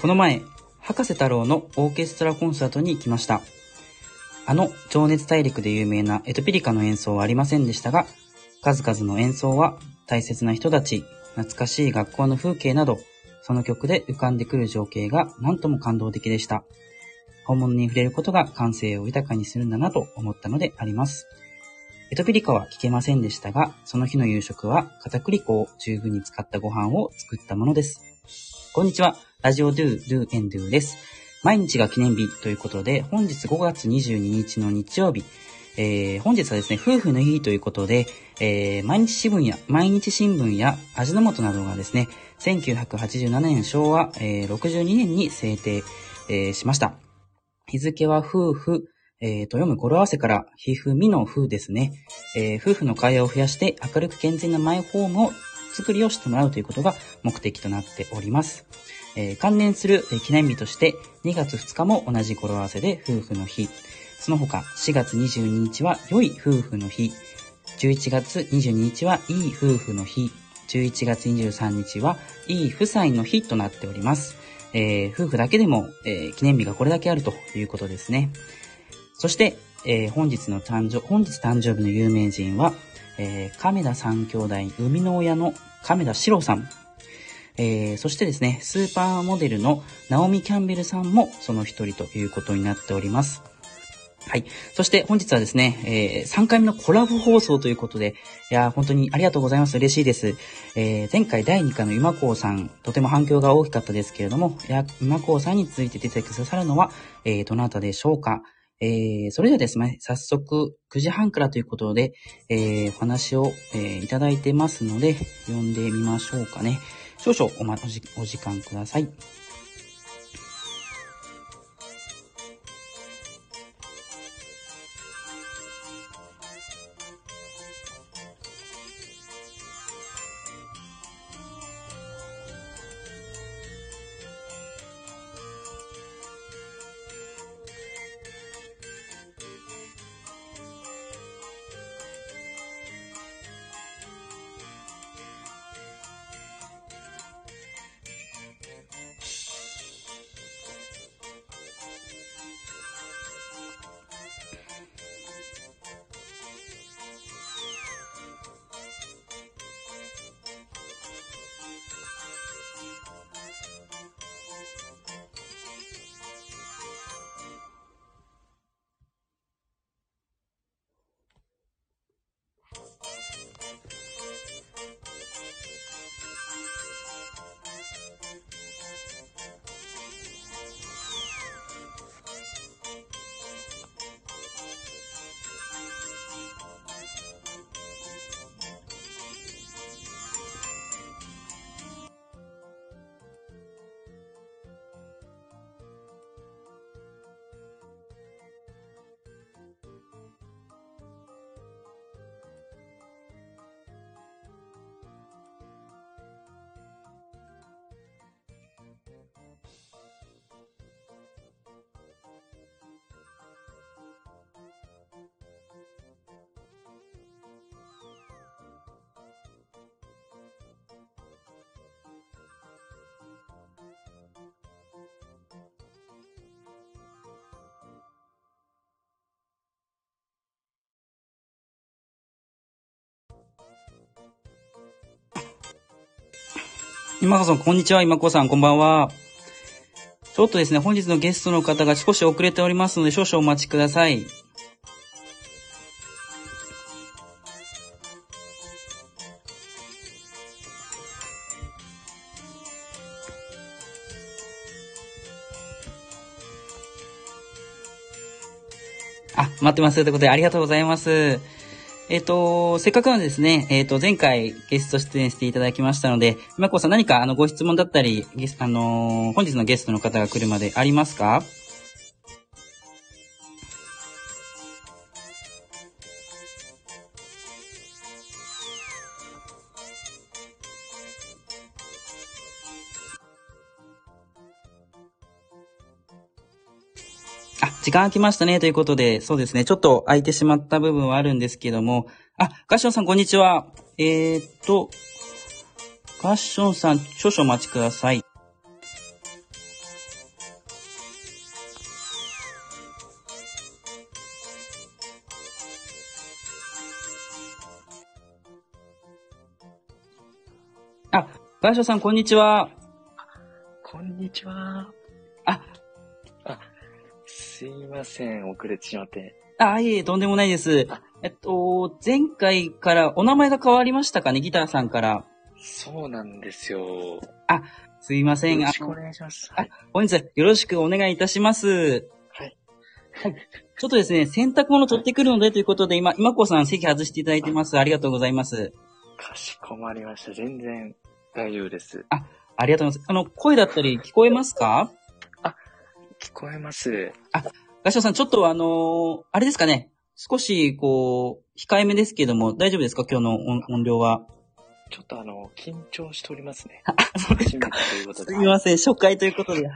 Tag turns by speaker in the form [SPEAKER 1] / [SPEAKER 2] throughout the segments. [SPEAKER 1] この前、博士太郎のオーケストラコンサートに行きました。あの、情熱大陸で有名なエトピリカの演奏はありませんでしたが、数々の演奏は大切な人たち、懐かしい学校の風景など、その曲で浮かんでくる情景が何とも感動的でした。本物に触れることが感性を豊かにするんだなと思ったのであります。エトピリカは聞けませんでしたが、その日の夕食は片栗粉を十分に使ったご飯を作ったものです。こんにちは。ラジオドゥ、ドゥ、エンドゥです。毎日が記念日ということで、本日5月22日の日曜日、えー、本日はですね、夫婦の日ということで、えー、毎日新聞や、毎日新聞や味の素などがですね、1987年昭和、えー62年に制定、えーしました。日付は夫婦、えーと読む語呂合わせから、ひふみの夫ですね。えー夫婦の会話を増やして、明るく健全なマイホームを作りをしてもらうということが目的となっております。えー関連するえー記念日として、2月2日も同じ語呂合わせで夫婦の日。その他、4月22日は良い夫婦の日。11月22日はいい夫婦の日。11月23日はいい夫妻の日となっております。えー夫婦だけでも、えー記念日がこれだけあるということですね。そして、えー本日の誕生、本日誕生日の有名人は、えー亀田三兄弟、生みの親の亀田史郎さん。えーそしてですね、スーパーモデルのナオミ・キャンベルさんもその一人ということになっております。はい。そして本日はですね、え3回目のコラボ放送ということで、いやー本当にありがとうございます。嬉しいです。えー前回第2回の今こうさん、とても反響が大きかったですけれども、いや、今こうさんに続いて出てくださるのは、えーどなたでしょうか。えーそれではですね、早速9時半からということで、えーお話を、えーいただいてますので、読んでみましょうかね。少々お,、ま、おじお時間ください。今こさん、こんにちは。今こさん、こんばんは。ちょっとですね、本日のゲストの方が少し遅れておりますので、少々お待ちください。あ、待ってます。ということで、ありがとうございます。えっ、と、せっかくなんでですね、えっ、と、前回ゲスト出演していただきましたので、今こさん何かあのご質問だったり、ゲスあのー本日のゲストの方が来るまでありますかあ、時間空きましたね、ということで、そうですね、ちょっと空いてしまった部分はあるんですけども、あ、ガッションさん、こんにちは。えー、っと、ガッションさん、少々お待ちください。ガーショさん、こんにちは。
[SPEAKER 2] こんにちは。
[SPEAKER 1] あ、
[SPEAKER 2] あ、すいません。遅れてしまって。
[SPEAKER 1] あ、いえいえ、とんでもないです
[SPEAKER 2] あ。
[SPEAKER 1] えっと、前回からお名前が変わりましたかね、ギターさんから。
[SPEAKER 2] そうなんですよ。よ
[SPEAKER 1] すいません。
[SPEAKER 2] ろ
[SPEAKER 1] あ
[SPEAKER 2] しくお願いします。
[SPEAKER 1] あ
[SPEAKER 2] はい。
[SPEAKER 1] 本日はよろしくお願いいたします。
[SPEAKER 2] はい。
[SPEAKER 1] ちょっとですね、洗濯物取ってくるのでということで、今、今子さん席外していただいてます。ありがとうございます。
[SPEAKER 2] かしこまりました。全然大丈夫です。
[SPEAKER 1] ありがとうございます。あの、声だったり聞こえますか
[SPEAKER 2] 聞こえます。
[SPEAKER 1] ガシオさん、ちょっとあのーあれですかね。少し、こう、控えめですけども、大丈夫ですか今日の音音量は。
[SPEAKER 2] ちょっとあの、緊張しておりますね。初めてということ
[SPEAKER 1] す
[SPEAKER 2] で。
[SPEAKER 1] みません、初回ということで、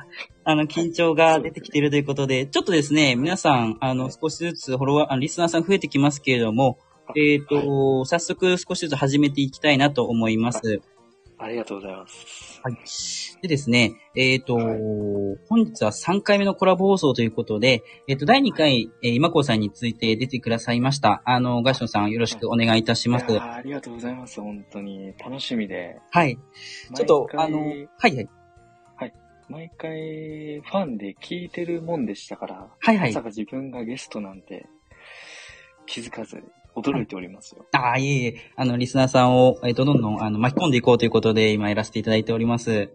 [SPEAKER 1] あの、緊張が出てきているということで、ちょっとですね、皆さん、あの、少しずつフォロワー、あのリスナーさん増えてきますけれども、えっ、と、早速少しずつ始めていきたいなと思います。
[SPEAKER 2] ありがとうございます。
[SPEAKER 1] はい。でですね、えっ、と、
[SPEAKER 2] はい
[SPEAKER 1] 本日は3回目のコラボ放送ということで、えっ、と、第2回、えー今子さんについて出てくださいました。あの、ガションさんよろしくお願いいたし
[SPEAKER 2] いや
[SPEAKER 1] ます。
[SPEAKER 2] ーありがとうございます。本当に。楽しみで。
[SPEAKER 1] はい。ちょっとあ
[SPEAKER 2] 毎、回
[SPEAKER 1] の、はいはい。
[SPEAKER 2] 毎回ファンで聞いてるもんでしたから、
[SPEAKER 1] はいは
[SPEAKER 2] ま
[SPEAKER 1] い
[SPEAKER 2] さ。か自分がゲストなんて気づかず驚いておりますよ。
[SPEAKER 1] ああ、いえいえ、あの、リスナーさんを、えっ、と、どんどん、あの、巻き込んでいこうということで、今やらせていただいております。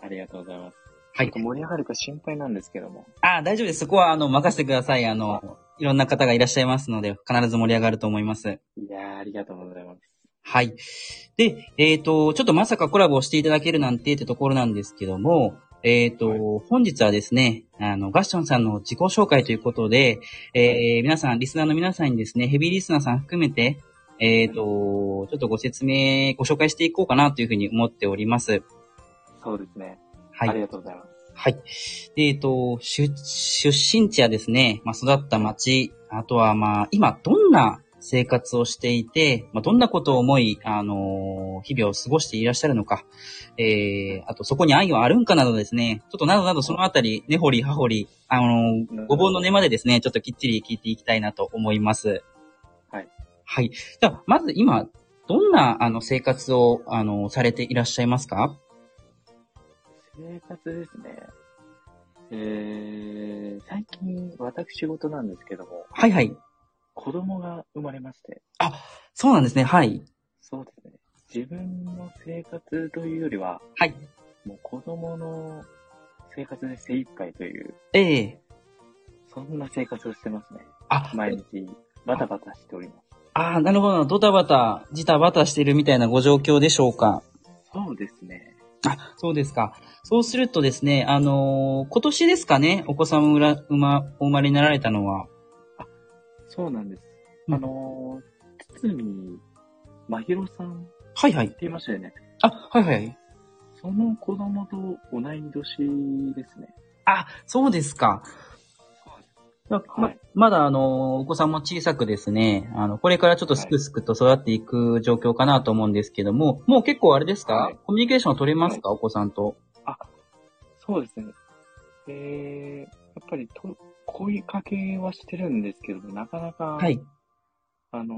[SPEAKER 2] ありがとうございます。
[SPEAKER 1] は
[SPEAKER 2] ちょ
[SPEAKER 1] い
[SPEAKER 2] っと。盛り上がるか心配なんですけども。
[SPEAKER 1] ああ、大丈夫です。そこは、あの、任せてください。あの、いろんな方がいらっしゃいますので、必ず盛り上がると思います。
[SPEAKER 2] いやー、ありがとうございます。
[SPEAKER 1] はい。で、えっ、と、ちょっとまさかコラボをしていただけるなんてってところなんですけども、えっ、と、
[SPEAKER 2] はい
[SPEAKER 1] 本日はですね、あの、ガッションさんの自己紹介ということで、えー
[SPEAKER 2] は
[SPEAKER 1] 皆さん、リスナーの皆さんにですね、ヘビーリスナーさん含めて、えっ、と、ちょっとご説明、ご紹介していこうかなというふうに思っております。
[SPEAKER 2] そうですね。
[SPEAKER 1] はい。
[SPEAKER 2] ありがとうございます。
[SPEAKER 1] はい。で、えっと、出、出身地やですね、まあ、育った町、あとはまあ、今どんな生活をしていて、まあ、どんなことを思い、あのー日々を過ごしていらっしゃるのか、えー、あとそこに愛はあるんかなどですね、ちょっとなどなどそのあたり、根掘り葉掘り、あのーごぼうの根までですね、ちょっときっちり聞いていきたいなと思います。
[SPEAKER 2] はい。
[SPEAKER 1] はい。じゃあ、まず今、どんな、あの、生活を、あのーされていらっしゃいますか
[SPEAKER 2] 生活ですね。えー、最近私事なんですけども、
[SPEAKER 1] はいはい。
[SPEAKER 2] 子供が生まれまして、
[SPEAKER 1] そうなんですね、はい。
[SPEAKER 2] そうですね。自分の生活というよりは、
[SPEAKER 1] はい。
[SPEAKER 2] もう子供の生活で精一杯という、
[SPEAKER 1] ええ
[SPEAKER 2] そんな生活をしてますね。
[SPEAKER 1] あ、
[SPEAKER 2] 毎日バタバタしておりま
[SPEAKER 1] あーなるほど。ドタバタ、ジタバタしてるみたいなご状況でしょうか。
[SPEAKER 2] す。そうですね。
[SPEAKER 1] あ、そうですか。そうするとですね、あのー今年ですかね、お子さんうら、うま、お生まれになられたのは。
[SPEAKER 2] そうなんです。
[SPEAKER 1] うん
[SPEAKER 2] あのー、堤真宙さんって
[SPEAKER 1] はいはい。
[SPEAKER 2] 言いましたよね。
[SPEAKER 1] あ、はいはい。
[SPEAKER 2] その子供と同い年ですね。
[SPEAKER 1] あ、そうですか。ま、ま
[SPEAKER 2] はい
[SPEAKER 1] まだあのー、お子さんも小さくですね、あの、これからちょっとすくすくと育っていく状況かなと思うんですけども、もう結構あれですか、
[SPEAKER 2] はい
[SPEAKER 1] コミュニケーション取れますか、お子さんと。
[SPEAKER 2] そうですね。えー、やっぱりと声かけはしてるんですけど、なかなか、
[SPEAKER 1] はい。
[SPEAKER 2] あのー、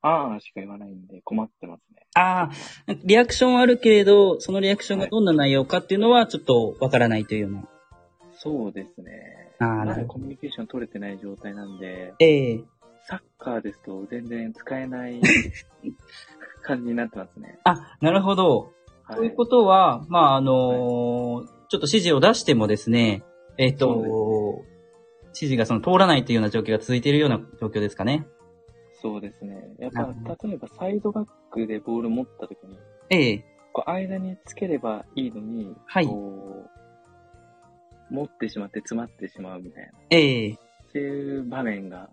[SPEAKER 2] あーしか言わないんで困ってますね。
[SPEAKER 1] ああ、リアクションはあるけれど、そのリアクションがどんな内容かっていうのはちょっとわからないというような。
[SPEAKER 2] そうですね。
[SPEAKER 1] あー
[SPEAKER 2] ま
[SPEAKER 1] なるほど
[SPEAKER 2] だコミュニケーション取れてない状態なんで、
[SPEAKER 1] ええ
[SPEAKER 2] サッカーですと全然使え ない感じになってますね。
[SPEAKER 1] あ、なるほど。
[SPEAKER 2] はい
[SPEAKER 1] ということは、まあ、あのーちょっと指示を出してもですね、えっ、
[SPEAKER 2] そうです
[SPEAKER 1] と、指示がその通らないというような状況が続いているような状況ですかね。
[SPEAKER 2] そうですね。やっ
[SPEAKER 1] なるほ
[SPEAKER 2] ぱ、例えばサイドバックでボール持った時に、
[SPEAKER 1] ええ
[SPEAKER 2] こう間につければいいのに、
[SPEAKER 1] はい
[SPEAKER 2] こう、持ってしまって詰まってしまうみたいな、
[SPEAKER 1] ええ
[SPEAKER 2] っていう場面が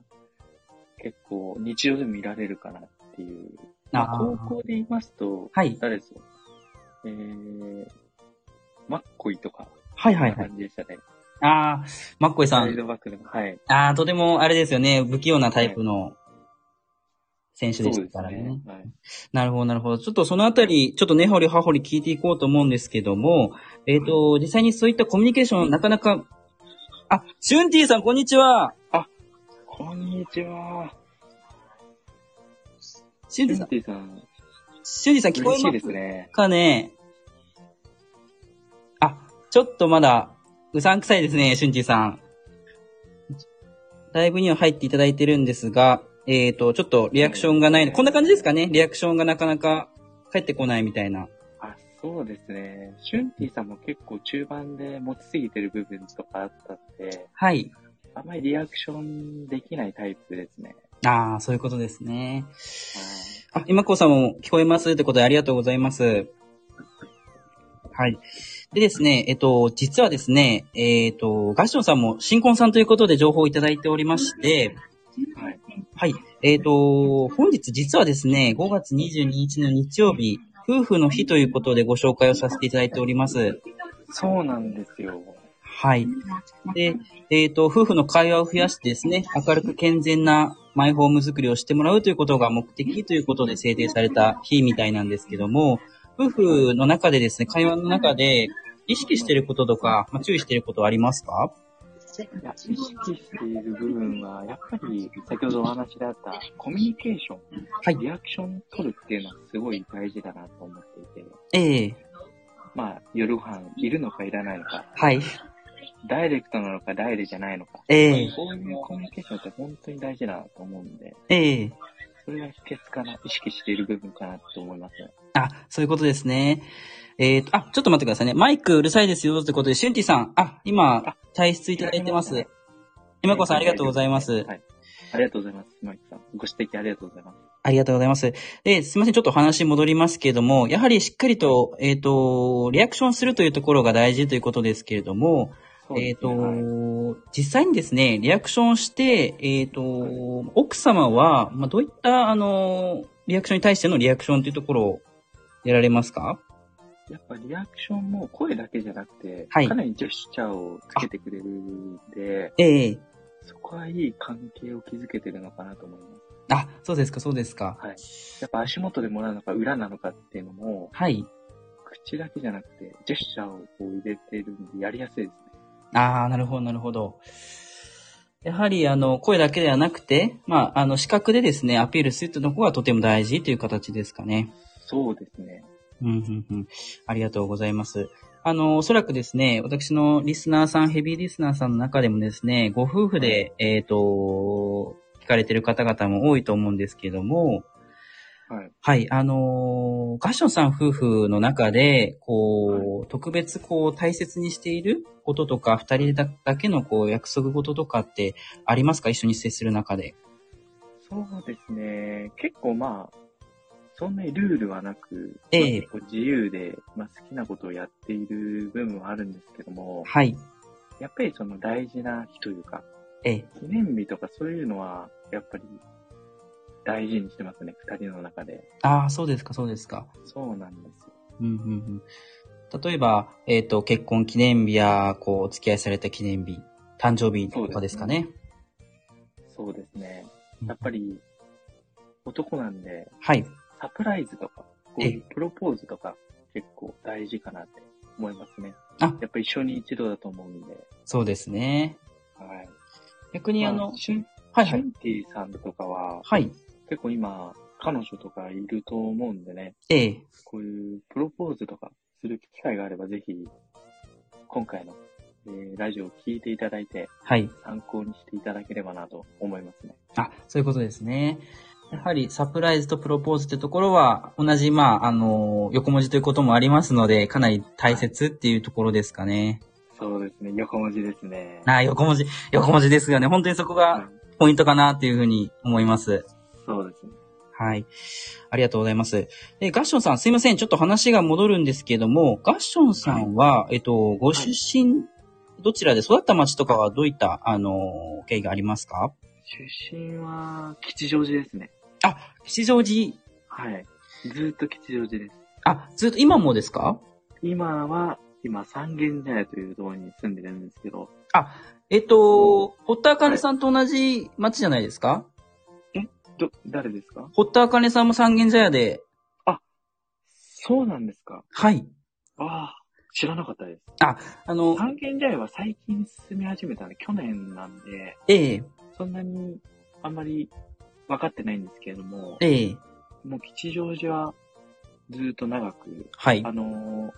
[SPEAKER 2] 結構日常で見られるかなっていう。まあ
[SPEAKER 1] あー
[SPEAKER 2] 高校で言いますと、
[SPEAKER 1] はい。
[SPEAKER 2] 誰ですよ。えー、マッコイとか、
[SPEAKER 1] はい
[SPEAKER 2] こ
[SPEAKER 1] は
[SPEAKER 2] ん
[SPEAKER 1] い
[SPEAKER 2] な
[SPEAKER 1] はい。
[SPEAKER 2] 感じでしたね。
[SPEAKER 1] ああ、マッコイさ
[SPEAKER 2] サイ
[SPEAKER 1] ん。
[SPEAKER 2] ドバックでも、はい。
[SPEAKER 1] ああ、とてもあれですよね、不器用なタイプの選手
[SPEAKER 2] そう
[SPEAKER 1] で
[SPEAKER 2] です
[SPEAKER 1] し
[SPEAKER 2] ね
[SPEAKER 1] たからね。
[SPEAKER 2] はい。
[SPEAKER 1] なるほど、なるほど。ちょっとそのあたり、ちょっと根掘り葉掘り聞いていこうと思うんですけども、えっ、と、実際にそういったコミュニケーション、なかなか、あ、シュンティさん、こんにちは
[SPEAKER 2] こんにちは。
[SPEAKER 1] シュン
[SPEAKER 2] テ
[SPEAKER 1] ティ
[SPEAKER 2] ン
[SPEAKER 1] さん、
[SPEAKER 2] ティさん、
[SPEAKER 1] シュンティさん聞こ
[SPEAKER 2] 嬉
[SPEAKER 1] え
[SPEAKER 2] しい
[SPEAKER 1] ま
[SPEAKER 2] ですすね。
[SPEAKER 1] かねちょっとまだ、うさんくさいですね、しゅんちさん。ライブには入っていただいてるんですが、えっ、と、ちょっとリアクションがない、こんな感じですかねリアクションがなかなか返ってこないみたいな。
[SPEAKER 2] あ、そうですね。シュンティさんも結構中盤で持ちすぎてる部分とかあったんで、
[SPEAKER 1] はい。
[SPEAKER 2] あまりリアクションできないタイプですね。
[SPEAKER 1] ああ、そういうことですね。
[SPEAKER 2] はい。
[SPEAKER 1] あ、今子さんも聞こえますってことでありがとうございます。はい。でですね、えっと、実はですね、えっと、ガッションさんも新婚さんということで情報をいただいておりまして、
[SPEAKER 2] はい。
[SPEAKER 1] はい。えっと、本日実はですね、5月22日の日曜日、夫婦の日ということでご紹介をさせていただいております。
[SPEAKER 2] そうなんですよ。
[SPEAKER 1] はい。で、えっ、と、夫婦の会話を増やしてですね、明るく健全なマイホーム作りをしてもらうということが目的ということで制定された日みたいなんですけども、夫婦の中でですね、会話の中で意識していることとか、まあ、注意していることはありますか
[SPEAKER 2] いや、意識している部分は、やっぱり先ほどお話であったコミュニケーション、
[SPEAKER 1] はい
[SPEAKER 2] リアクション取るっていうのはすごい大事だなと思っていて、
[SPEAKER 1] ええ
[SPEAKER 2] まあ、夜ご飯いるのかいらないのか、
[SPEAKER 1] はい。
[SPEAKER 2] ダイレクトなのかダイレじゃないのか、
[SPEAKER 1] ええ
[SPEAKER 2] そういうコミュニケーションって本当に大事だなと思うんで、
[SPEAKER 1] ええ
[SPEAKER 2] それが秘訣かな、意識している部分かなと思いますね。
[SPEAKER 1] あ、そういうことですね。えっ、と、あ、ちょっと待ってくださいね。マイクうるさいですよってことで、シュンティさん、あ、今
[SPEAKER 2] あ、
[SPEAKER 1] 退出いただいてま
[SPEAKER 2] は
[SPEAKER 1] す
[SPEAKER 2] い。
[SPEAKER 1] 今子さんありがとうございます。
[SPEAKER 2] はい。ありがとうございます。マイクさん。ご指摘ありがとうございます。
[SPEAKER 1] ありがとうございます。で、すいません、ちょっとお話戻りますけれども、やはりしっかりと、えっ、と、リアクションするというところが大事ということですけれども、
[SPEAKER 2] そうですね
[SPEAKER 1] えっ、と、
[SPEAKER 2] はい
[SPEAKER 1] 実際にですね、リアクションして、えっ、と、奥様は、まあ、どういった、あの、リアクションに対してのリアクションというところをやられますか
[SPEAKER 2] やっぱリアクションも声だけじゃなくて、
[SPEAKER 1] はい
[SPEAKER 2] かなりジェスチャーをつけてくれるんで、
[SPEAKER 1] ええ
[SPEAKER 2] そこはいい関係を築けてるのかなと思いま
[SPEAKER 1] あ、そうですか、そうですか。
[SPEAKER 2] す。やっぱ足元でもらうのか裏なのかっていうのも、
[SPEAKER 1] はい。
[SPEAKER 2] 口だけじゃなくて、ジェスチャーをこう入れてるんで、やりやすいですね。
[SPEAKER 1] ああ、なるほど、なるほど。やはり、あの、声だけではなくて、まあ、あの、視覚でですね、アピールするってとこがとても大事という形ですかね。
[SPEAKER 2] そうですね。
[SPEAKER 1] うん、うん、うん。ありがとうございます。あの、おそらくですね、私のリスナーさん、ヘビーリスナーさんの中でもですね、ご夫婦で、えっ、と、聞かれてる方々も多いと思うんですけども、
[SPEAKER 2] はい。
[SPEAKER 1] はい、あのーガッションさん夫婦の中で、こう、特別こう、大切にしていることとか、二人だだけのこう、約束事とかってありますか一緒に接する中で。
[SPEAKER 2] そうですね。結構まあ、そんなにルールはなく、
[SPEAKER 1] え
[SPEAKER 2] まあ
[SPEAKER 1] え
[SPEAKER 2] 結構自由で、まあ、好きなことをやっている部分はあるんですけども、
[SPEAKER 1] はい。
[SPEAKER 2] やっぱりその大事な日というか、
[SPEAKER 1] ええ。
[SPEAKER 2] 記念日とかそういうのは、やっぱり大事にしてますね、二人の中で。
[SPEAKER 1] ああ、そうですか、そうですか。
[SPEAKER 2] そうなんですよ。
[SPEAKER 1] うん、うん、うん。例えば、えっ、と、結婚記念日や、こう、お付き合いされた記念日、誕生日とかですかね。
[SPEAKER 2] そうですね。やっぱり、男なんで、
[SPEAKER 1] はい。
[SPEAKER 2] サプライズとか、こう
[SPEAKER 1] え
[SPEAKER 2] い
[SPEAKER 1] え
[SPEAKER 2] うプロポーズとか、結構大事かなって思いますね。
[SPEAKER 1] あ
[SPEAKER 2] やっぱ一緒に一度だと思うんで。
[SPEAKER 1] そうですね。
[SPEAKER 2] はい。
[SPEAKER 1] 逆にあの、
[SPEAKER 2] まあシュン
[SPEAKER 1] はい
[SPEAKER 2] シ
[SPEAKER 1] は
[SPEAKER 2] ュ
[SPEAKER 1] い。
[SPEAKER 2] ンティさんとかは、
[SPEAKER 1] はい。
[SPEAKER 2] 結構今、彼女とかいると思うんでね、
[SPEAKER 1] ええ。
[SPEAKER 2] こういうプロポーズとかする機会があれば、ぜひ、今回の、えーラジオを聞いていただいて、
[SPEAKER 1] はい。
[SPEAKER 2] 参考にしていただければなと思いますね。
[SPEAKER 1] あ、そういうことですね。やはりサプライズとプロポーズってところは、同じ、まあ、あの、横文字ということもありますので、かなり大切っていうところですかね。
[SPEAKER 2] そうですね、横文字ですね。
[SPEAKER 1] あ横文字、横文字ですよね。本当にそこが
[SPEAKER 2] うん
[SPEAKER 1] ポイントかなっていうふうに思います。
[SPEAKER 2] そうですね。
[SPEAKER 1] はい。ありがとうございます。え、ガッションさん、すいません。ちょっと話が戻るんですけども、ガッションさんは、えっと、ご出身、どちらで育った町とかはどういった、あの、経緯がありますか
[SPEAKER 2] 出身は、吉祥寺ですね。
[SPEAKER 1] あ、吉祥寺、
[SPEAKER 2] はい。ずーっと吉祥寺です。
[SPEAKER 1] あ、ずっと今もですか
[SPEAKER 2] 今は、今、三軒茶屋というところに住んでるんですけど、
[SPEAKER 1] えっと、堀田茜さんと同じ町じゃないですか
[SPEAKER 2] ど、誰ですか
[SPEAKER 1] 堀田茜さんも三軒茶屋で。
[SPEAKER 2] そうなんですか
[SPEAKER 1] はい。
[SPEAKER 2] ああ、知らなかったです。
[SPEAKER 1] あの、
[SPEAKER 2] 三軒茶屋は最近住み始めたんで、去年なんで、
[SPEAKER 1] ええ、
[SPEAKER 2] そんなにあんまり分かってないんですけれども、
[SPEAKER 1] ええ、
[SPEAKER 2] もう吉祥寺はずーっと長く、
[SPEAKER 1] はい
[SPEAKER 2] あ。のー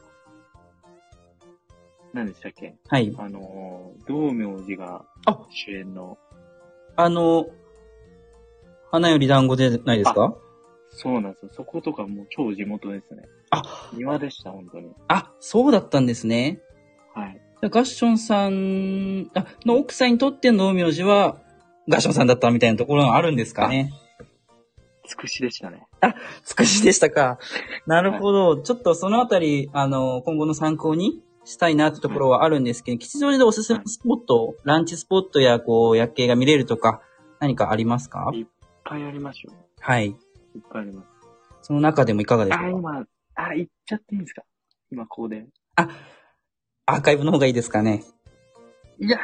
[SPEAKER 2] 何でしたっけ
[SPEAKER 1] はい。
[SPEAKER 2] あのー、道明寺が
[SPEAKER 1] あ
[SPEAKER 2] 主演の、
[SPEAKER 1] あの、花より団子じゃないですか
[SPEAKER 2] そうなんですよ。そことかもう超地元ですね。
[SPEAKER 1] あ
[SPEAKER 2] 庭でした、本当に。
[SPEAKER 1] あそうだったんですね。
[SPEAKER 2] はい。
[SPEAKER 1] じゃあガッションさんあの奥さんにとっての道明寺は、ガッションさんだったみたいなところがあるんですかね。
[SPEAKER 2] つくしでしたね。
[SPEAKER 1] つくしでしたか。 なるほど。ちょっとそのあたり、あの、今後の参考にしたいなってところはあるんですけど、吉祥寺でおすすめスポット、ランチスポットや、こう、夜景が見れるとか、何かありますか
[SPEAKER 2] いいっぱいありますよ。
[SPEAKER 1] はい。
[SPEAKER 2] いっぱいあります。
[SPEAKER 1] その中でもいかがでし
[SPEAKER 2] あ、
[SPEAKER 1] ょうか
[SPEAKER 2] 今、あ、言っちゃっていいんですか今、ここで。
[SPEAKER 1] アーカイブの方がいいですかね。
[SPEAKER 2] いやー。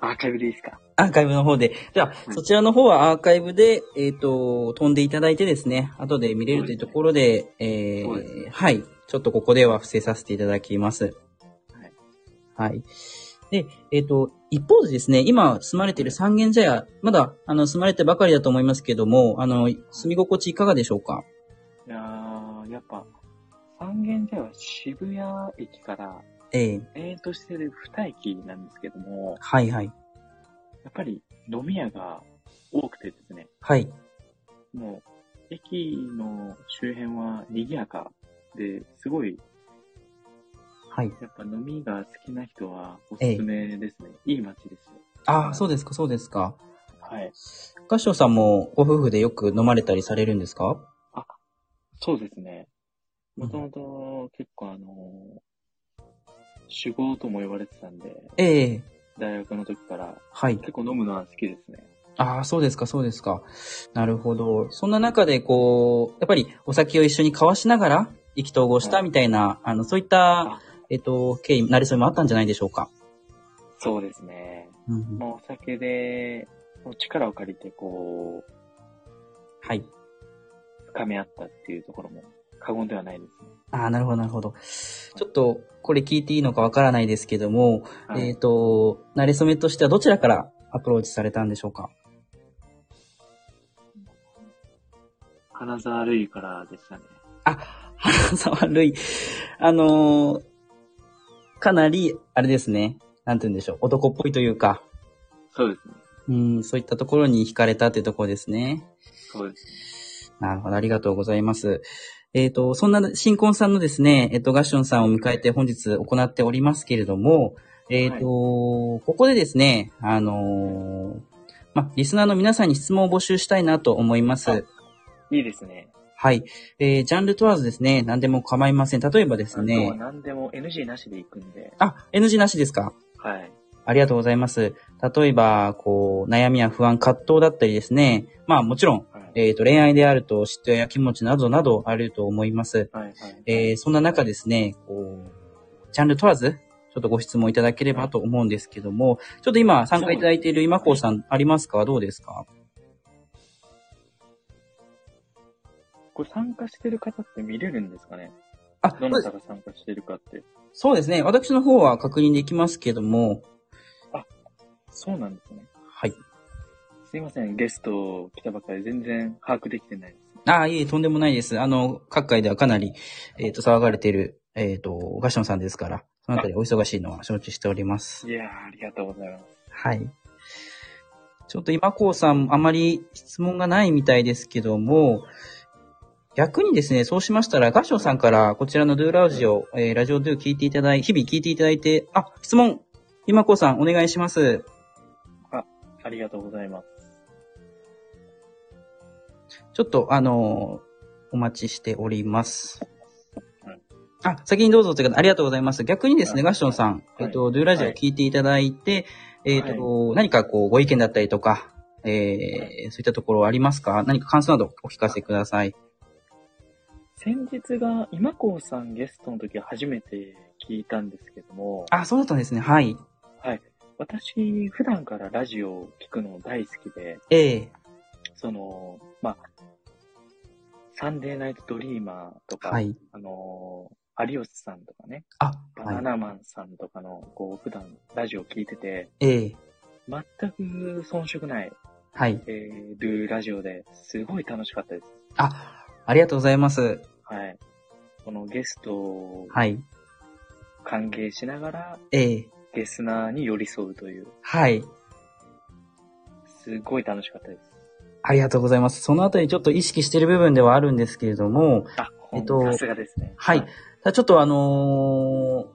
[SPEAKER 2] アーカイブでいいですか
[SPEAKER 1] アーカイブの方で。じゃ
[SPEAKER 2] う
[SPEAKER 1] あ、
[SPEAKER 2] ん
[SPEAKER 1] そちらの方はアーカイブで、えっ、と、飛んでいただいてですね、後で見れるというところで、え
[SPEAKER 2] そうです
[SPEAKER 1] ー、はい。ちょっとここでは伏せさせていただきます。はい。で、えっ、と、一方でですね、今住まれている三軒茶屋、まだ、あの、住まれてばかりだと思いますけども、あの、住み心地いかがでしょうか
[SPEAKER 2] いやー、やっぱ、三軒茶屋は渋谷駅から、
[SPEAKER 1] ええ
[SPEAKER 2] えーとしてる二駅なんですけども、
[SPEAKER 1] はいはい。
[SPEAKER 2] やっぱり飲み屋が多くてですね、
[SPEAKER 1] はい。
[SPEAKER 2] もう、駅の周辺は賑やかで、すごい、
[SPEAKER 1] はい。
[SPEAKER 2] やっぱ飲みが好きな人はおすすめですね。いい街ですよ。
[SPEAKER 1] ああ、そうですか、そうですか。
[SPEAKER 2] はい。
[SPEAKER 1] 合唱さんもご夫婦でよく飲まれたりされるんですか
[SPEAKER 2] そうですね。
[SPEAKER 1] うん
[SPEAKER 2] もともと結構あの酒豪とも言われてたんで、
[SPEAKER 1] ええ
[SPEAKER 2] 大学の時から
[SPEAKER 1] はい。
[SPEAKER 2] 結構飲むのは好きですね。
[SPEAKER 1] ああ、そうですか、そうですか。なるほど。そんな中で、こう、やっぱりお酒を一緒に交わしながら、意気投合したみたいな、あの、そういった
[SPEAKER 2] あ、
[SPEAKER 1] えっと、経緯、なりそめもあったんじゃないでしょうか。
[SPEAKER 2] そうですね。
[SPEAKER 1] うんうん、
[SPEAKER 2] まあお酒で、もう力を借りてこう、
[SPEAKER 1] はい。
[SPEAKER 2] 深め合ったっていうところも過言ではないですね。
[SPEAKER 1] ああ、なるほど、なるほど。ちょっと、これ聞いていいのかわからないですけども、
[SPEAKER 2] はい
[SPEAKER 1] えっと、なりそめとしてはどちらからアプローチされたんでしょうか。
[SPEAKER 2] 金沢類からでしたね。
[SPEAKER 1] 花沢類、あのーかなり、あれですね、なんて言うんでしょう、男っぽいというか、
[SPEAKER 2] そうですね。
[SPEAKER 1] うん、そういったところに惹かれたというところですね。
[SPEAKER 2] そうですね。
[SPEAKER 1] なるほど、ありがとうございます。えっ、と、そんな新婚さんのですね、えっ、と、ガッションさんを迎えて本日行っておりますけれども、えっ、と、
[SPEAKER 2] はい
[SPEAKER 1] ここでですね、あのーま、リスナーの皆さんに質問を募集したいなと思います。
[SPEAKER 2] あいいですね。
[SPEAKER 1] はい。えージャンル問わずですね、何でも構いません。例えばです
[SPEAKER 2] 今日は
[SPEAKER 1] ね、
[SPEAKER 2] 何でも NG なしで行くんで。
[SPEAKER 1] あ、NG なしですか
[SPEAKER 2] はい。
[SPEAKER 1] ありがとうございます。例えば、こう、悩みや不安、葛藤だったりですね。まあもちろん、
[SPEAKER 2] はい。
[SPEAKER 1] えっ、と、恋愛であると、嫉妬や気持ちなどなどあると思います。
[SPEAKER 2] はいはい。
[SPEAKER 1] えーそんな中ですね、こう、ジャンル問わず、ちょっとご質問いただければと思うんですけども、ちょっと今参加いただいている今こうさんありますかどうですか
[SPEAKER 2] これ参加してる方って見れるんですかね
[SPEAKER 1] あ、
[SPEAKER 2] どなたが参加してるかって。
[SPEAKER 1] そうですね。私の方は確認できますけども、
[SPEAKER 2] そうなんですね。
[SPEAKER 1] はい。
[SPEAKER 2] すいません、ゲスト来たばっかりで全然把握できてないです。
[SPEAKER 1] ああ、いえ、とんでもないです。あの、各界ではかなり、えっ、と、騒がれている、えっ、と、ガションさんですから、そのあたりお忙しいのは承知しております。
[SPEAKER 2] いやー、ありがとうございます。
[SPEAKER 1] はい。ちょっと今こうさん、あまり質問がないみたいですけども、逆にですね、そうしましたら、ガッションさんからこちらのドゥラジオ、えーラジオドゥ聞いていただい、日々聞いていただいて、あ、質問、今こうさんお願いします。
[SPEAKER 2] ありがとうございます。
[SPEAKER 1] ちょっと、あのーお待ちしております
[SPEAKER 2] はい。
[SPEAKER 1] あ、先にどうぞという方、ありがとうございます。逆にですね、
[SPEAKER 2] は
[SPEAKER 1] ガ
[SPEAKER 2] い
[SPEAKER 1] ッションさん、
[SPEAKER 2] はい
[SPEAKER 1] えっと、ドゥラジオ
[SPEAKER 2] はい
[SPEAKER 1] 聞いていただいて、えっと、何かこう、ご意見だったりとか、えー
[SPEAKER 2] は
[SPEAKER 1] そういったところありますか何か感想などお聞かせください。
[SPEAKER 2] 先日が、今こさんゲストの時初めて聞いたんですけども、
[SPEAKER 1] あ、そうだったんですね。はい。
[SPEAKER 2] 私、普段からラジオを聞くの大好きで、
[SPEAKER 1] ええ
[SPEAKER 2] その、まあ、サンデーナイトドリーマーとか、
[SPEAKER 1] はい。
[SPEAKER 2] あのー有吉さんとかね、
[SPEAKER 1] あ、
[SPEAKER 2] バ
[SPEAKER 1] は
[SPEAKER 2] ナ
[SPEAKER 1] い。
[SPEAKER 2] ナマンさんとかの、こう、普段ラジオ聞いてて、
[SPEAKER 1] ええ
[SPEAKER 2] 全く遜色ない、
[SPEAKER 1] はい。
[SPEAKER 2] えー、ドゥラジオですごい楽しかったです。
[SPEAKER 1] あ、ありがとうございます。
[SPEAKER 2] はい。このゲストを
[SPEAKER 1] はい。
[SPEAKER 2] 歓迎しながら、
[SPEAKER 1] ええ
[SPEAKER 2] リスナーに寄り添うという、
[SPEAKER 1] はい。
[SPEAKER 2] すごい楽しかったです。
[SPEAKER 1] ありがとうございます。そのあたりちょっと意識している部分ではあるんですけれども、
[SPEAKER 2] あ、
[SPEAKER 1] えっと
[SPEAKER 2] さすがですね。
[SPEAKER 1] はい。ただちょっとあのー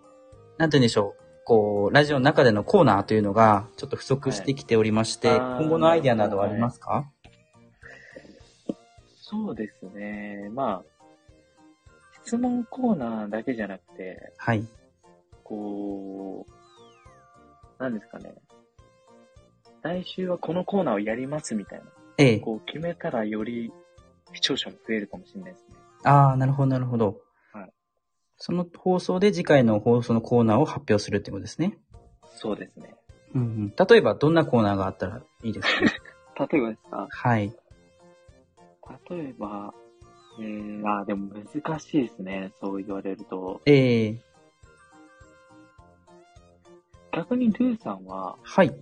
[SPEAKER 1] なんて言うんでしょう。こう、ラジオの中でのコーナーというのが、ちょっと不足してきておりまして、
[SPEAKER 2] はいあー
[SPEAKER 1] 今後のアイディアなどはありますか、
[SPEAKER 2] そうですね。まあ、質問コーナーだけじゃなくて、
[SPEAKER 1] はい。
[SPEAKER 2] こう、なんですかね。来週はこのコーナーをやりますみたいな。
[SPEAKER 1] ええ。
[SPEAKER 2] こう決めたらより視聴者も増えるかもしれないですね。
[SPEAKER 1] ああ、なるほど、なるほど。
[SPEAKER 2] はい
[SPEAKER 1] その放送で次回の放送のコーナーを発表するってことですね。
[SPEAKER 2] そうですね。
[SPEAKER 1] うんうん、例えば、どんなコーナーがあったらい いですか
[SPEAKER 2] 例えばですか
[SPEAKER 1] はい。
[SPEAKER 2] 例えば、えー、あー、でも難しいですね。そう言われると。
[SPEAKER 1] ええ
[SPEAKER 2] 逆にルーさんは、
[SPEAKER 1] はい。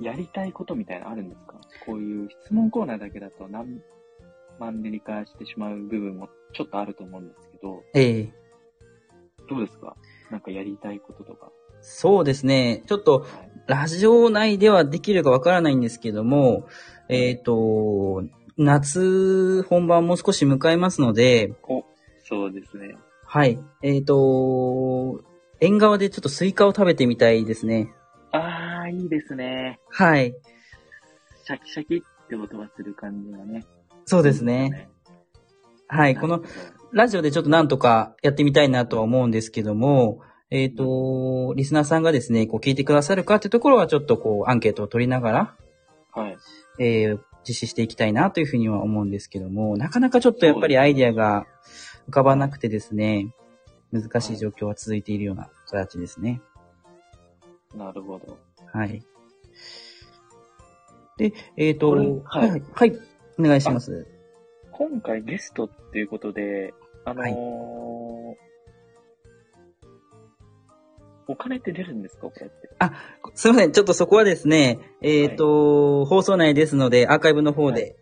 [SPEAKER 2] やりたいことみたいなのあるんですかこういう質問コーナーだけだと何マンネリ化してしまう部分もちょっとあると思うんですけど、
[SPEAKER 1] ええ
[SPEAKER 2] どうですかなんかやりたいこととか。
[SPEAKER 1] そうですね。ちょっと、
[SPEAKER 2] はい。
[SPEAKER 1] ラジオ内ではできるかわからないんですけども、えっ、と、夏本番もう少し迎えますので、
[SPEAKER 2] お、そうですね。
[SPEAKER 1] はい。えっ、と、縁側でちょっとスイカを食べてみたいですね。
[SPEAKER 2] あー、いいですね。
[SPEAKER 1] はい。
[SPEAKER 2] シャキシャキって音がする感じがね。
[SPEAKER 1] そ
[SPEAKER 2] そう
[SPEAKER 1] ですね。。はい。この、ラジオでちょっとなんとかやってみたいなとは思うんですけども、えっ、と、リスナーさんがですね、こう聞いてくださるかってところはちょっとこうアンケートを取りながら、
[SPEAKER 2] はい。
[SPEAKER 1] えー実施していきたいなというふうには思うんですけども、なかなかちょっとやっぱりアイディアが浮かばなくてですね、難しい状況は続いているような形ですね。
[SPEAKER 2] なるほど。
[SPEAKER 1] はい。で、えっ、と、
[SPEAKER 2] これ
[SPEAKER 1] は
[SPEAKER 2] はい
[SPEAKER 1] い、はい、はいお願いします。
[SPEAKER 2] 今回ゲストっていうことで、あのー
[SPEAKER 1] はい
[SPEAKER 2] お金って出るんですかこれって。
[SPEAKER 1] すいません、ちょっとそこはですね、えっ、と、放送内ですので、アーカイブの方で、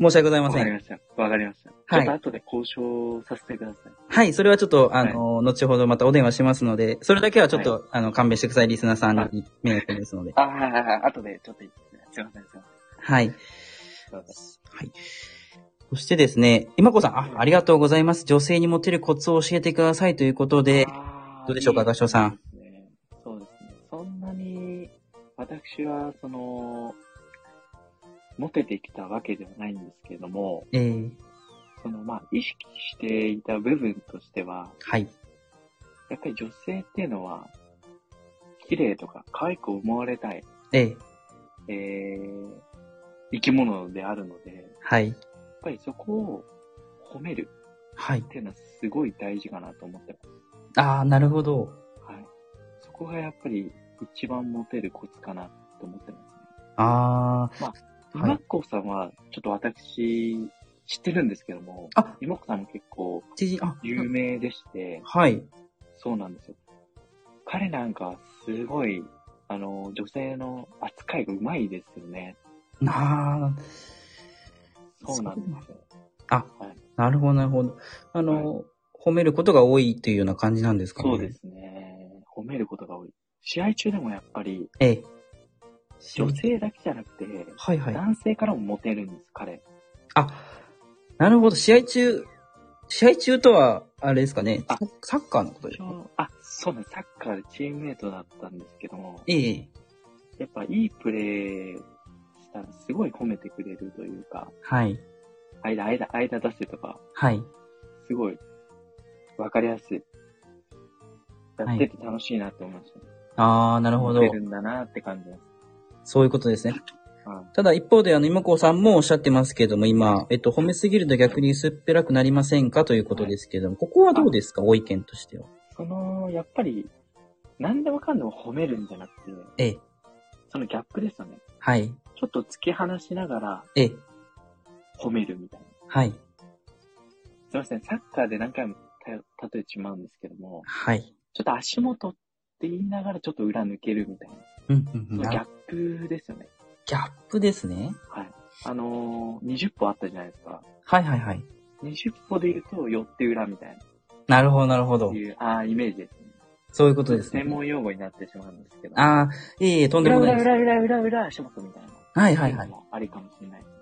[SPEAKER 1] 申し訳ございま
[SPEAKER 2] わ
[SPEAKER 1] せ
[SPEAKER 2] かり
[SPEAKER 1] ん。
[SPEAKER 2] ました。わかりました。
[SPEAKER 1] はい
[SPEAKER 2] ちょっと後で交渉させてください。
[SPEAKER 1] はい、それはちょっと、あの、後ほどまたお電話しますので、それだけはちょっと、
[SPEAKER 2] は
[SPEAKER 1] あの、勘弁してください、リスナーさん
[SPEAKER 2] は
[SPEAKER 1] に迷惑ですので。
[SPEAKER 2] ああ、後でちょっと言ってすいません、すいま
[SPEAKER 1] はい。
[SPEAKER 2] せん。すいません
[SPEAKER 1] はい。そしてですね、今子さん、あ、ありがとうございます。女性にモテるコツを教えてくださいということで、
[SPEAKER 2] あー
[SPEAKER 1] どうでしょうか
[SPEAKER 2] いい
[SPEAKER 1] 合唱さん
[SPEAKER 2] ですね。そうですね。そんなに、私は、その、モテてきたわけではないんですけれども、
[SPEAKER 1] えー、
[SPEAKER 2] その、まあ、意識していた部分としては、
[SPEAKER 1] はい。
[SPEAKER 2] やっぱり女性っていうのは、綺麗とか、可愛く思われたい、
[SPEAKER 1] えー、
[SPEAKER 2] えー、生き物であるので、やっ
[SPEAKER 1] はい。
[SPEAKER 2] ぱりそこを褒める
[SPEAKER 1] はい
[SPEAKER 2] っ。ていうのはすごい大事かなと思ってます。
[SPEAKER 1] ああ、なるほど。
[SPEAKER 2] はい。そこがやっぱり一番モテるコツかなと思ってますね。
[SPEAKER 1] あは
[SPEAKER 2] 今
[SPEAKER 1] い
[SPEAKER 2] っこさんは、ちょっと私、知ってるんですけども、
[SPEAKER 1] あ
[SPEAKER 2] 今っこさんも結構
[SPEAKER 1] あ、知人、あ、
[SPEAKER 2] 有名でして、
[SPEAKER 1] はい。
[SPEAKER 2] そうなんですよ。彼なんか、すごい、あの、女性の扱いがうまいですよね。
[SPEAKER 1] なあ、
[SPEAKER 2] そうなんですよ。
[SPEAKER 1] あ、
[SPEAKER 2] はい
[SPEAKER 1] なるほど、なるほど。あの、褒めることが多いというような感じなんですかね。
[SPEAKER 2] そうで。すね。褒めることが多い。試合中でもやっぱり、
[SPEAKER 1] ええ
[SPEAKER 2] 女性だけじゃなくて、
[SPEAKER 1] はいはい。
[SPEAKER 2] 男性からもモテるんです、彼。
[SPEAKER 1] あ、なるほど。試合中、試合中とは、あれですかね。
[SPEAKER 2] あ
[SPEAKER 1] ササッカーのことですか
[SPEAKER 2] あ、そうなんです。サッカーでチームメイトだったんですけども、
[SPEAKER 1] ええ
[SPEAKER 2] やっぱいいプレーしたらすごい褒めてくれるというか、
[SPEAKER 1] はい。
[SPEAKER 2] 間、間、間出せとか、
[SPEAKER 1] はい。
[SPEAKER 2] すごい、わかりやすい。やってて楽しいなって思いましたね。
[SPEAKER 1] ああ、なるほど
[SPEAKER 2] モテ。るんだなって感じです。
[SPEAKER 1] そういうことですね。
[SPEAKER 2] はい
[SPEAKER 1] ただ一方で、あの、今子さんもおっしゃってますけども、今、えっと、褒めすぎると逆に薄っぺらくなりませんかということですけども、ここはどうですかお意見としては。
[SPEAKER 2] その、やっぱり、何でもかんでも褒めるんじゃなくて、
[SPEAKER 1] ええ。
[SPEAKER 2] そのギャップですよね。
[SPEAKER 1] はい。
[SPEAKER 2] ちょっと突き放しながら
[SPEAKER 1] ええ。
[SPEAKER 2] 褒めるみたいな。
[SPEAKER 1] はい。
[SPEAKER 2] すいません、サッカーで何回もた例えてしまうんですけども、
[SPEAKER 1] はい。
[SPEAKER 2] ちょっと足元って言いながらちょっと裏抜けるみたいな。
[SPEAKER 1] うん、うん、う
[SPEAKER 2] そ
[SPEAKER 1] ん。
[SPEAKER 2] のギャ
[SPEAKER 1] あ
[SPEAKER 2] ップですよね。
[SPEAKER 1] ギャップですね。
[SPEAKER 2] あのー、20歩あったじゃないですか。
[SPEAKER 1] はいはいはい。
[SPEAKER 2] 20歩で言うと、寄って裏みたいな。
[SPEAKER 1] なるほど、なるほ
[SPEAKER 2] と
[SPEAKER 1] ど。
[SPEAKER 2] いう、ああ、イメージですね。
[SPEAKER 1] そういうことですね
[SPEAKER 2] 専。門用語になってしまうんですけど。
[SPEAKER 1] ああ、いえいえ、とんで
[SPEAKER 2] 裏
[SPEAKER 1] もない
[SPEAKER 2] 裏
[SPEAKER 1] です。
[SPEAKER 2] 裏裏裏裏してますみたいな。
[SPEAKER 1] はいはいはい。
[SPEAKER 2] ありかもしれないですね。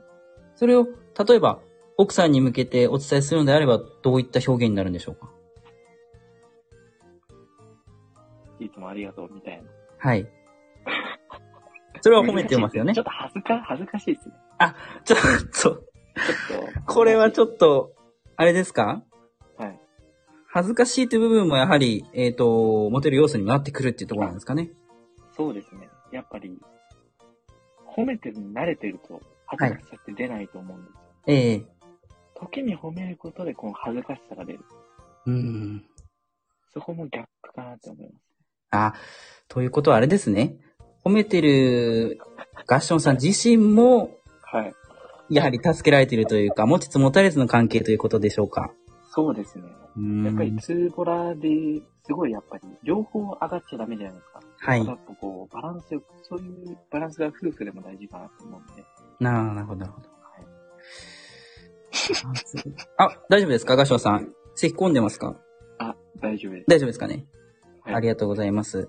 [SPEAKER 1] それを、例えば、奥さんに向けてお伝えするのであれば、どういった表現になるんでしょうか
[SPEAKER 2] いつもありがとうみたいな。
[SPEAKER 1] はい。それは褒めてますよね
[SPEAKER 2] ちょ。っと恥ずか、恥ずかしいですね。
[SPEAKER 1] ちょっと、
[SPEAKER 2] ちょっと。
[SPEAKER 1] これはち
[SPEAKER 2] ょ
[SPEAKER 1] ょ
[SPEAKER 2] っ
[SPEAKER 1] っと、あれですか
[SPEAKER 2] と。はい。
[SPEAKER 1] 恥ずかしいという部分もやはり、えっ、と、モテる要素にもなってくるっていうところなんですかね。
[SPEAKER 2] そうですね。やっぱり、褒めてるのに慣れてると、恥ずかしさって出ないと思うんですよ。
[SPEAKER 1] ええ
[SPEAKER 2] 時に褒めることで、この恥ずかしさが出る。
[SPEAKER 1] うん。
[SPEAKER 2] そこもギャップかなって思います。
[SPEAKER 1] あ、ということはあれですね。褒めてるガッションさん自身も、
[SPEAKER 2] はい。
[SPEAKER 1] やはり助けられているというか、持ちつ持たれつの関係ということでしょうか。
[SPEAKER 2] そうですね。
[SPEAKER 1] う
[SPEAKER 2] やっぱり
[SPEAKER 1] ん。
[SPEAKER 2] ツーボラで、すごいやっぱり、両方上がっちゃダメじゃないですか。
[SPEAKER 1] はい
[SPEAKER 2] や。っぱこう、バランスよく、そういうバランスが夫婦でも大事かなと思うんで。
[SPEAKER 1] なるほど、なるほど。あ、大丈夫ですかガッションさん。咳込んでますか
[SPEAKER 2] あ、大丈夫です。
[SPEAKER 1] 大丈夫ですかね
[SPEAKER 2] はい
[SPEAKER 1] ありがとうございます。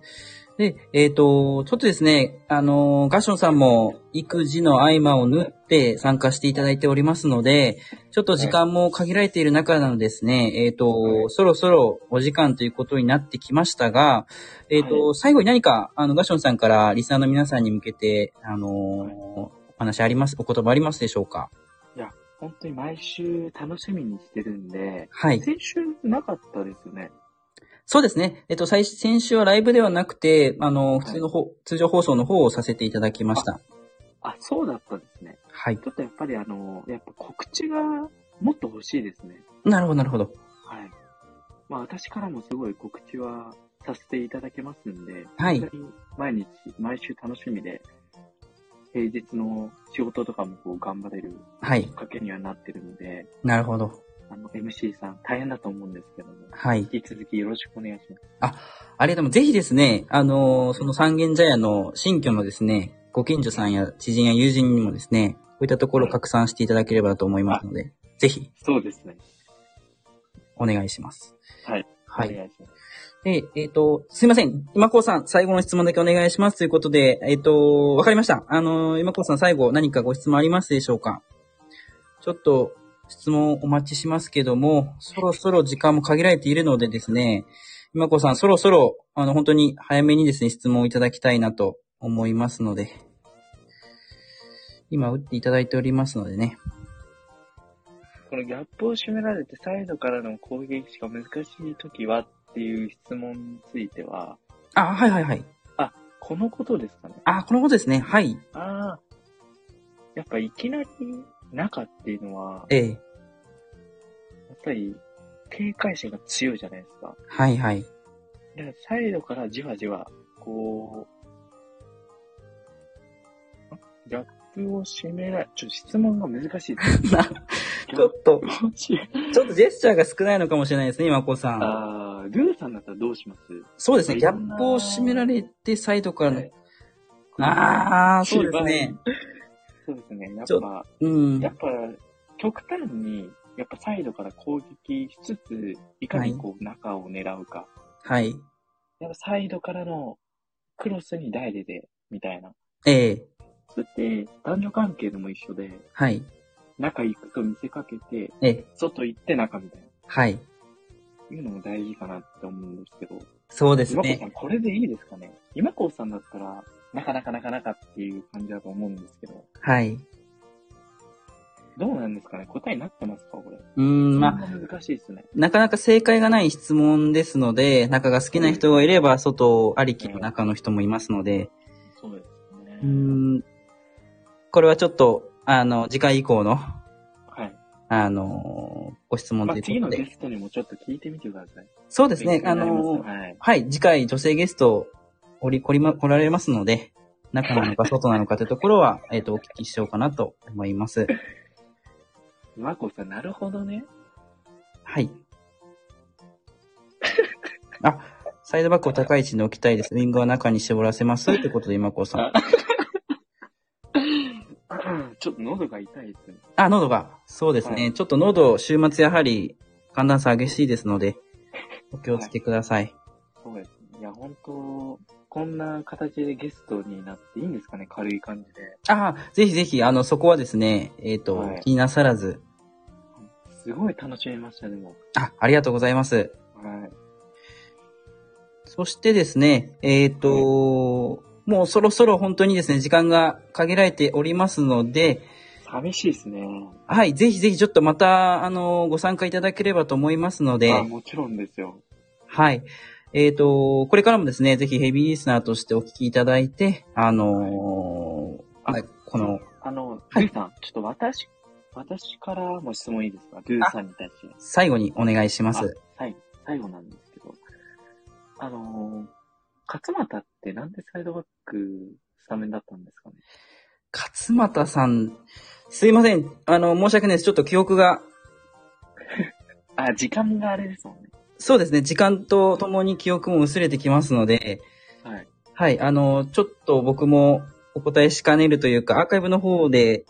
[SPEAKER 1] で、えっ、と、ちょっとですね、あのー、ガッションさんも育児の合間を縫って参加していただいておりますので、ちょっと時間も限られている中なのですね、えっ、と、
[SPEAKER 2] はい
[SPEAKER 1] そろそろお時間ということになってきましたが、えっ、と、
[SPEAKER 2] は
[SPEAKER 1] 最後に何か、あの、ガッションさんからリスナーの皆さんに向けて、あのー
[SPEAKER 2] はい
[SPEAKER 1] お話あります、お言葉ありますでしょうか
[SPEAKER 2] 本当に毎週楽しみにしてるんで、
[SPEAKER 1] はい。
[SPEAKER 2] 先週なかったですよね。
[SPEAKER 1] そうですね。えっ、と、最、先週はライブではなくて、あのー、
[SPEAKER 2] い
[SPEAKER 1] 普通の方、通常放送の方をさせていただきました。
[SPEAKER 2] あ、そうだったですね。
[SPEAKER 1] はい。
[SPEAKER 2] ちょっとやっぱりあの、やっぱ告知がもっと欲しいですね。
[SPEAKER 1] なるほど、なるほど。
[SPEAKER 2] はい。まあ私からもすごい告知はさせていただけますんで、
[SPEAKER 1] はい
[SPEAKER 2] 本当に毎日、毎週楽しみで、平日の仕事とかもこう頑張れる
[SPEAKER 1] はい
[SPEAKER 2] きっ。かけにはなってるので、
[SPEAKER 1] なるほど。
[SPEAKER 2] あの MC さん大変だと思うんですけども、
[SPEAKER 1] はい。
[SPEAKER 2] 引き続きよろしくお願いします。
[SPEAKER 1] ありがとうございます。ぜひですね、あのーその三軒茶屋の新居のですね、ご近所さんや知人や友人にもですね、こういったところを拡散していただければと思いますので、ぜひ
[SPEAKER 2] そうですね。
[SPEAKER 1] お願いします。
[SPEAKER 2] はい。
[SPEAKER 1] はい
[SPEAKER 2] お。願いします。
[SPEAKER 1] で、えっ、と、すいません。今こうさん、最後の質問だけお願いしますということで、えっ、と、わかりました。あのー今こうさん、最後何かご質問ありますでしょうかちょっと、質問お待ちしますけども、そろそろ時間も限られているのでですね、今こうさん、そろそろ、あの、本当に早めにですね、質問をいただきたいなと思いますので、今打っていただいておりますのでね。
[SPEAKER 2] このギャップを締められてサイドからの攻撃しか難しい時はっていう質問については、
[SPEAKER 1] あ、はいはいはい。
[SPEAKER 2] このことですかね。
[SPEAKER 1] あ、このことですね。はい。
[SPEAKER 2] ああ。やっぱいきなり中っていうのは、や
[SPEAKER 1] ええ。
[SPEAKER 2] っぱり警戒心が強いじゃないですか。
[SPEAKER 1] はいはい。
[SPEAKER 2] だからサイドからじわじわ、こう、んギャップを締められ、ちょっと質問が難しいです。
[SPEAKER 1] なちょっと、
[SPEAKER 2] ギャップを締め
[SPEAKER 1] ちょっとジェスチャーが少ないのかもしれないですね、今こさん。
[SPEAKER 2] ああ、ルーさんだったらどうします
[SPEAKER 1] そうですね。
[SPEAKER 2] い
[SPEAKER 1] ギャ
[SPEAKER 2] ろんな
[SPEAKER 1] ップを締められて、サイドからの。
[SPEAKER 2] あ。
[SPEAKER 1] ああ、そうですね。
[SPEAKER 2] そうですね。や
[SPEAKER 1] ちょ
[SPEAKER 2] っぱ、
[SPEAKER 1] うん
[SPEAKER 2] や。っぱ、極端に、やっぱサイドから攻撃しつつ、いかにこう中を狙うか。
[SPEAKER 1] はい。
[SPEAKER 2] やっぱサイドからのクロスにダイレで、みたいな。
[SPEAKER 1] ええ
[SPEAKER 2] それって男女関係でも一緒で、
[SPEAKER 1] はい。
[SPEAKER 2] 中行くと見せかけて、
[SPEAKER 1] ええ
[SPEAKER 2] 外行って中みたいな。
[SPEAKER 1] はい。
[SPEAKER 2] いうのも大事かなって思うんですけど。
[SPEAKER 1] そうです
[SPEAKER 2] 今子さ
[SPEAKER 1] ね。
[SPEAKER 2] ん、これでいいですかね今子さんだったら、なかなかなかなかっていう感じだと思うんですけど、
[SPEAKER 1] はい。
[SPEAKER 2] どうなんですかね答えになってますかこれ。
[SPEAKER 1] うーん、まあ、
[SPEAKER 2] そんな難しいですね。
[SPEAKER 1] なかなか正解がない質問ですので、中が好きな人がいれば、外ありきの中の人もいますので、
[SPEAKER 2] そうですね。
[SPEAKER 1] うーん、これはちょっと、あの、次回以降の、
[SPEAKER 2] はい。
[SPEAKER 1] あの、ご質問
[SPEAKER 2] ま
[SPEAKER 1] と
[SPEAKER 2] あ、
[SPEAKER 1] い
[SPEAKER 2] 次
[SPEAKER 1] うこ
[SPEAKER 2] の
[SPEAKER 1] と
[SPEAKER 2] ゲ
[SPEAKER 1] で。
[SPEAKER 2] ストにもちょっと聞いてみてください。
[SPEAKER 1] そうですね
[SPEAKER 2] 勉。強
[SPEAKER 1] あ
[SPEAKER 2] になります
[SPEAKER 1] の、
[SPEAKER 2] はい。
[SPEAKER 1] はい、次回女性ゲスト、おり、来りま、来られますので、中なのか外なのかというところは、 えっ、と、お聞きしようかなと思います。
[SPEAKER 2] 今子さん、なるほどね。
[SPEAKER 1] はい。あ、サイドバックを高い位置に置きたいです。ウィングは中に絞らせます。ということで、今こうさん。
[SPEAKER 2] ちょっと喉が痛いですね。
[SPEAKER 1] あ、喉が。そうですね。
[SPEAKER 2] は
[SPEAKER 1] ちょっと喉、週末やはり寒暖差激しいですので、お気をつけください。
[SPEAKER 2] そうですね。いや、本当こんな形でゲストになっていいんですかね軽い感じで。
[SPEAKER 1] ああ、ぜひぜひ、あの、そこはですね、えっ、と、
[SPEAKER 2] はい
[SPEAKER 1] 気になさらず。
[SPEAKER 2] すごい楽しみました、でも。
[SPEAKER 1] あ、ありがとうございます。
[SPEAKER 2] はい。
[SPEAKER 1] そしてですね、えっ、と、もうそろそろ本当にですね、時間が限られておりますので、
[SPEAKER 2] 寂しいですね。
[SPEAKER 1] はい、ぜひぜひちょっとまた、あの、ご参加いただければと思いますので、
[SPEAKER 2] あ、もちろんですよ。
[SPEAKER 1] はい。えっ、と、これからもですね、ぜひヘビーリスナーとしてお聞きいただいて、あのー
[SPEAKER 2] は
[SPEAKER 1] はいい、この、
[SPEAKER 2] あの、
[SPEAKER 1] はい
[SPEAKER 2] ドゥさん、 ちょっと私、私からも質問いいですかドゥさんに対して。
[SPEAKER 1] 最後にお願いします。
[SPEAKER 2] 最後、最後なんですけど。あのー、勝俣ってなんでサイドバックスタメンだったんですかね
[SPEAKER 1] 勝俣さん、すいません。あの、申し訳ないです。ちょっと記憶が、
[SPEAKER 2] あ、時間があれですもんね。
[SPEAKER 1] そうですね、時間とともに記憶も薄れてきますので、
[SPEAKER 2] はい。
[SPEAKER 1] はい、あの、ちょっと僕もお答えしかねるというか、アーカイブの方で、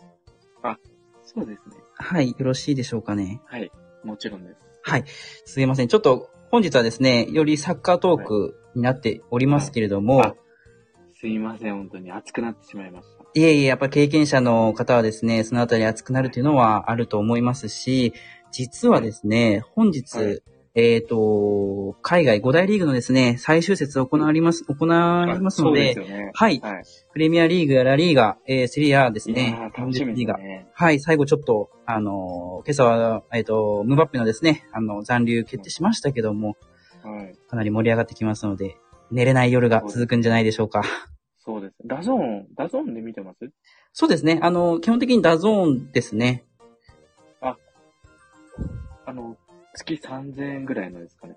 [SPEAKER 2] そうですね。
[SPEAKER 1] はい、よろしいでしょうかね。
[SPEAKER 2] はい。もちろんです。
[SPEAKER 1] はい、すいません。ちょっと本日はですね、よりサッカートークになっておりますけれども、
[SPEAKER 2] はいあすいません、本当に。熱くなってしまいました。
[SPEAKER 1] いえいえ、やっぱ経験者の方はですね、そのあたり熱くなるというのはあると思いますし、実はですね、本日、
[SPEAKER 2] はい
[SPEAKER 1] えっ、と、海外5大リーグのですね、最終節行われます、行われますの
[SPEAKER 2] あ
[SPEAKER 1] で、
[SPEAKER 2] そうですよね。
[SPEAKER 1] はい
[SPEAKER 2] はい。
[SPEAKER 1] プレミアリーグやラリーガ、えーセリアです
[SPEAKER 2] い
[SPEAKER 1] ね
[SPEAKER 2] や、ー楽しみ
[SPEAKER 1] リー
[SPEAKER 2] で
[SPEAKER 1] ガ
[SPEAKER 2] すね。
[SPEAKER 1] はい、最後ちょっと、あのー今朝は、えっ、と、ムバッペのですね、あの、残留決定しましたけども、
[SPEAKER 2] はい。
[SPEAKER 1] かなり盛り上がってきますので、寝れない夜が続くんじゃないでしょうか。
[SPEAKER 2] そうです。ダゾーン、ダゾーンで見てます
[SPEAKER 1] そうですね、あの基本的にダゾーンですね。
[SPEAKER 2] あの、月3000円ぐらいのですかね。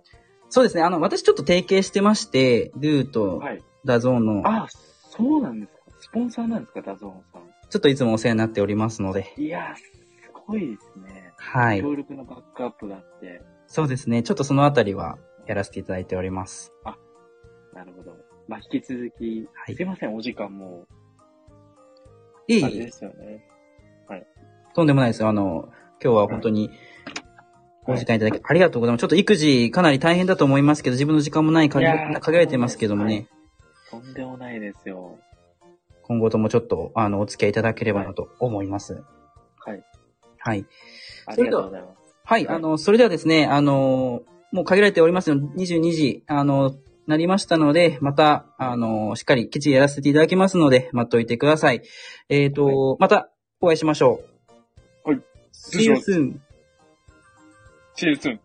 [SPEAKER 1] そうですね、あの、私ちょっと提携してまして、ルーと
[SPEAKER 2] はい。
[SPEAKER 1] ダゾーンの、
[SPEAKER 2] あ、そうなんですか。スポンサーなんですか、ダゾーンさん。
[SPEAKER 1] ちょっといつもお世話になっておりますので、
[SPEAKER 2] いやー、すごいですね。
[SPEAKER 1] はい。
[SPEAKER 2] 強力なバックアップがあって。
[SPEAKER 1] そうですね、ちょっとそのあたりはやらせていただいております。
[SPEAKER 2] なるほど。まあ、引き続き、
[SPEAKER 1] はい
[SPEAKER 2] すいません、お時間も、
[SPEAKER 1] いうえ
[SPEAKER 2] あれ
[SPEAKER 1] いえ
[SPEAKER 2] ですよね。
[SPEAKER 1] とんでもないですよ。あの、今日は本当にお時間いただき、ありがとうございます。ちょっと育児かなり大変だと思いますけど、自分の時間もない限
[SPEAKER 2] いやー
[SPEAKER 1] ら限られてますけどもね、
[SPEAKER 2] とんでもないですよ。
[SPEAKER 1] 今後ともちょっと、あの、お付き合いいただければなと思います。
[SPEAKER 2] はい。
[SPEAKER 1] はい。
[SPEAKER 2] ありがとうございます。
[SPEAKER 1] はい、
[SPEAKER 2] はい
[SPEAKER 1] あの、それではですね、あの、もう限られておりますよ。22時、あの、なりましたので、また、あの、しっかり基地やらせていただきますので、待っておいてください。えっ、ー、と、また、お会いしましょう。
[SPEAKER 2] はい。
[SPEAKER 1] See you soon.
[SPEAKER 2] チーズン。